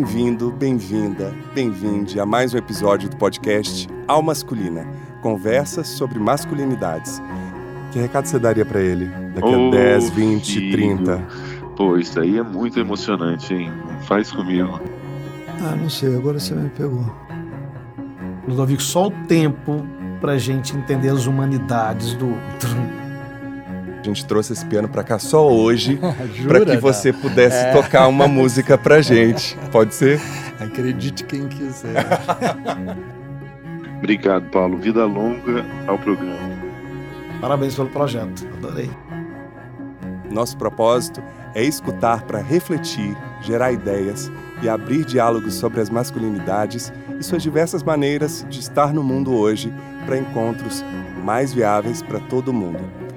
Bem-vindo, bem-vinda, bem-vinde a mais um episódio do podcast Ao Masculina Conversas sobre Masculinidades. Que recado você daria para ele daqui a Ô, 10, 20, filho. 30? Pô, isso aí é muito emocionante, hein? Não faz comigo. Ah, não sei, agora você me pegou. Ludovico, só o tempo pra gente entender as humanidades do outro. A gente trouxe esse piano para cá só hoje Jura? para que você pudesse É. tocar uma música pra gente. Pode ser? Acredite quem quiser. Obrigado, Paulo. Vida longa ao programa. Parabéns pelo projeto, adorei. Nosso propósito é escutar para refletir, gerar ideias e abrir diálogos sobre as masculinidades e suas diversas maneiras de estar no mundo hoje para encontros mais viáveis para todo mundo.